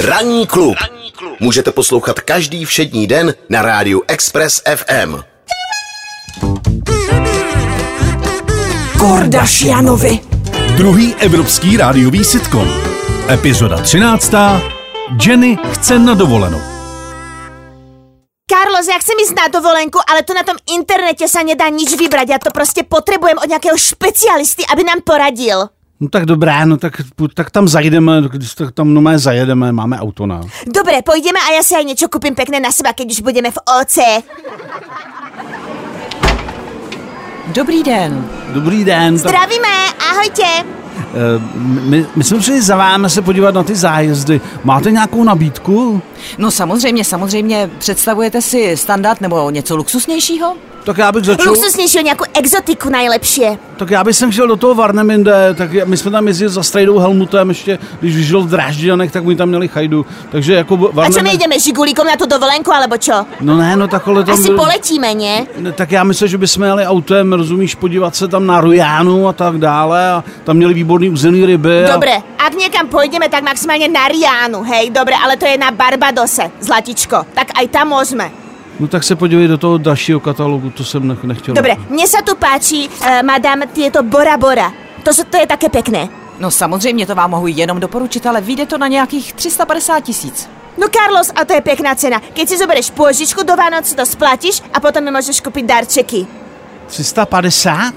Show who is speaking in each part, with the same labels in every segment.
Speaker 1: Ranní klub. Můžete poslouchat každý všední den na rádiu Express FM.
Speaker 2: Kordašianovi.
Speaker 3: Druhý evropský rádiový sitcom. Epizoda 13. Jenny chce na dovolenou.
Speaker 4: Carlos, ja chcem ísť na dovolenku, ale tu na tom internete sa nedá nič vybrať. Ja to proste potrebujem od nejakého špecialisty, aby nám poradil.
Speaker 5: No tak dobrá, no tak, tak tam zajdeme, když tak tam no zajedeme, máme auto na.
Speaker 4: Dobre, pojdeme a ja si aj niečo kúpim pekné na seba, keď už budeme v OC.
Speaker 2: Dobrý den.
Speaker 5: Dobrý den. Tak,
Speaker 4: Zdravíme, ahojte.
Speaker 5: eh, my, my, jsme přišli za vámi se podívat na ty zájezdy. Máte nějakou nabídku?
Speaker 2: No samozřejmě, samozřejmě, představujete si standard nebo něco luxusnějšího?
Speaker 5: Tak já bych začal...
Speaker 4: Luxusnejšiu nejakú exotiku najlepšie.
Speaker 5: Tak já bych sem chtěl do toho Varneminde, tak my jsme tam jezdili za Strejdou Helmutem ještě, když žil v Drážďanech, tak oni tam měli chajdu. Takže jako
Speaker 4: A čo
Speaker 5: Varneminde...
Speaker 4: my ideme, žigulíkom na tú dovolenku, alebo čo?
Speaker 5: No ne, no takhle tam...
Speaker 4: Asi poletíme, nie?
Speaker 5: Ne, No, Tak já myslím, že bychom jeli autem, rozumíš, podívat se tam na Rojánu a tak dále a tam měli výborný uzený ryby. A...
Speaker 4: Dobre, ak niekam pôjdeme, tak maximálne na Riánu, hej? Dobre, ale to je na Barbadose, Zlatičko. Tak aj tam môžeme.
Speaker 5: No tak se podívej do toho dalšího katalogu, to jsem nech- nechtěl.
Speaker 4: Dobre, mne sa tu páči, uh, madam, tieto Bora Bora. To, sú- to je také pekné.
Speaker 2: No samozřejmě, to vám mohu jenom doporučit, ale vyjde to na nějakých 350 tisíc.
Speaker 4: No Carlos, a to je pekná cena. Keď si zoberieš pôžičku, do Vánoc si to splatíš a potom mi môžeš kúpiť darčeky.
Speaker 5: 350?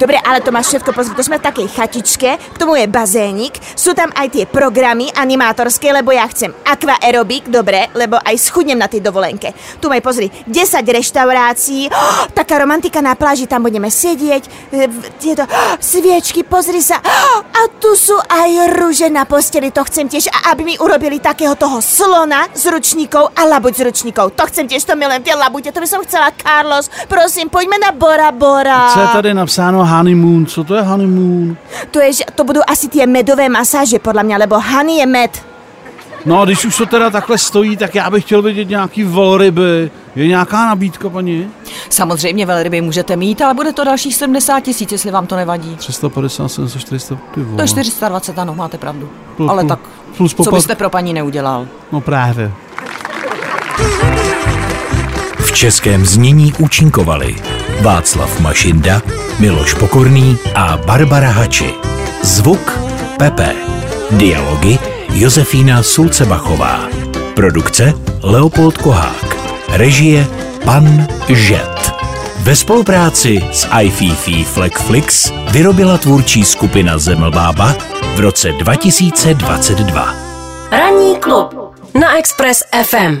Speaker 4: Dobre, ale to máš všetko pozrieť. To sme v takej chatičke, k tomu je bazénik, sú tam aj tie programy animátorské, lebo ja chcem aqua aerobik, dobre, lebo aj schudnem na tej dovolenke. Tu maj pozri, 10 reštaurácií, oh, taká romantika na pláži, tam budeme sedieť, e, v- tieto oh, sviečky, pozri sa, oh, a tu sú aj rúže na posteli, to chcem tiež, a aby mi urobili takého toho slona s ručníkov a labuť s ručníkov, to chcem tiež, to milujem, tie labute, to by som chcela, Carlos, prosím, poďme na Bora Bora.
Speaker 5: Co je tady napsáno honeymoon? Co to je honeymoon?
Speaker 4: To, je, že to budou asi ty medové masáže, podle mě, lebo Hany je med.
Speaker 5: No a když už to teda takhle stojí, tak já bych chtěl vidět nějaký velryby. Je nějaká nabídka, paní?
Speaker 2: Samozřejmě velryby můžete mít, ale bude to dalších 70 tisíc, jestli vám to nevadí.
Speaker 5: 350, 700, 400, ty vole.
Speaker 2: To je 420, ano, máte pravdu.
Speaker 5: Plus-
Speaker 2: Ale tak,
Speaker 5: plus
Speaker 2: co
Speaker 5: poplatky.
Speaker 2: byste pro paní neudělal?
Speaker 5: No právě.
Speaker 6: V českém znění účinkovali Václav Mašinda, Miloš Pokorný a Barbara Hači. Zvuk Pepe. Dialogy Josefína Sulcebachová. Produkce Leopold Kohák. Režie Pan Žet. Ve spolupráci s iFiFi Flexflix vyrobila tvůrčí skupina Zemlbába v roce 2022.
Speaker 7: Ranní klub na Express FM.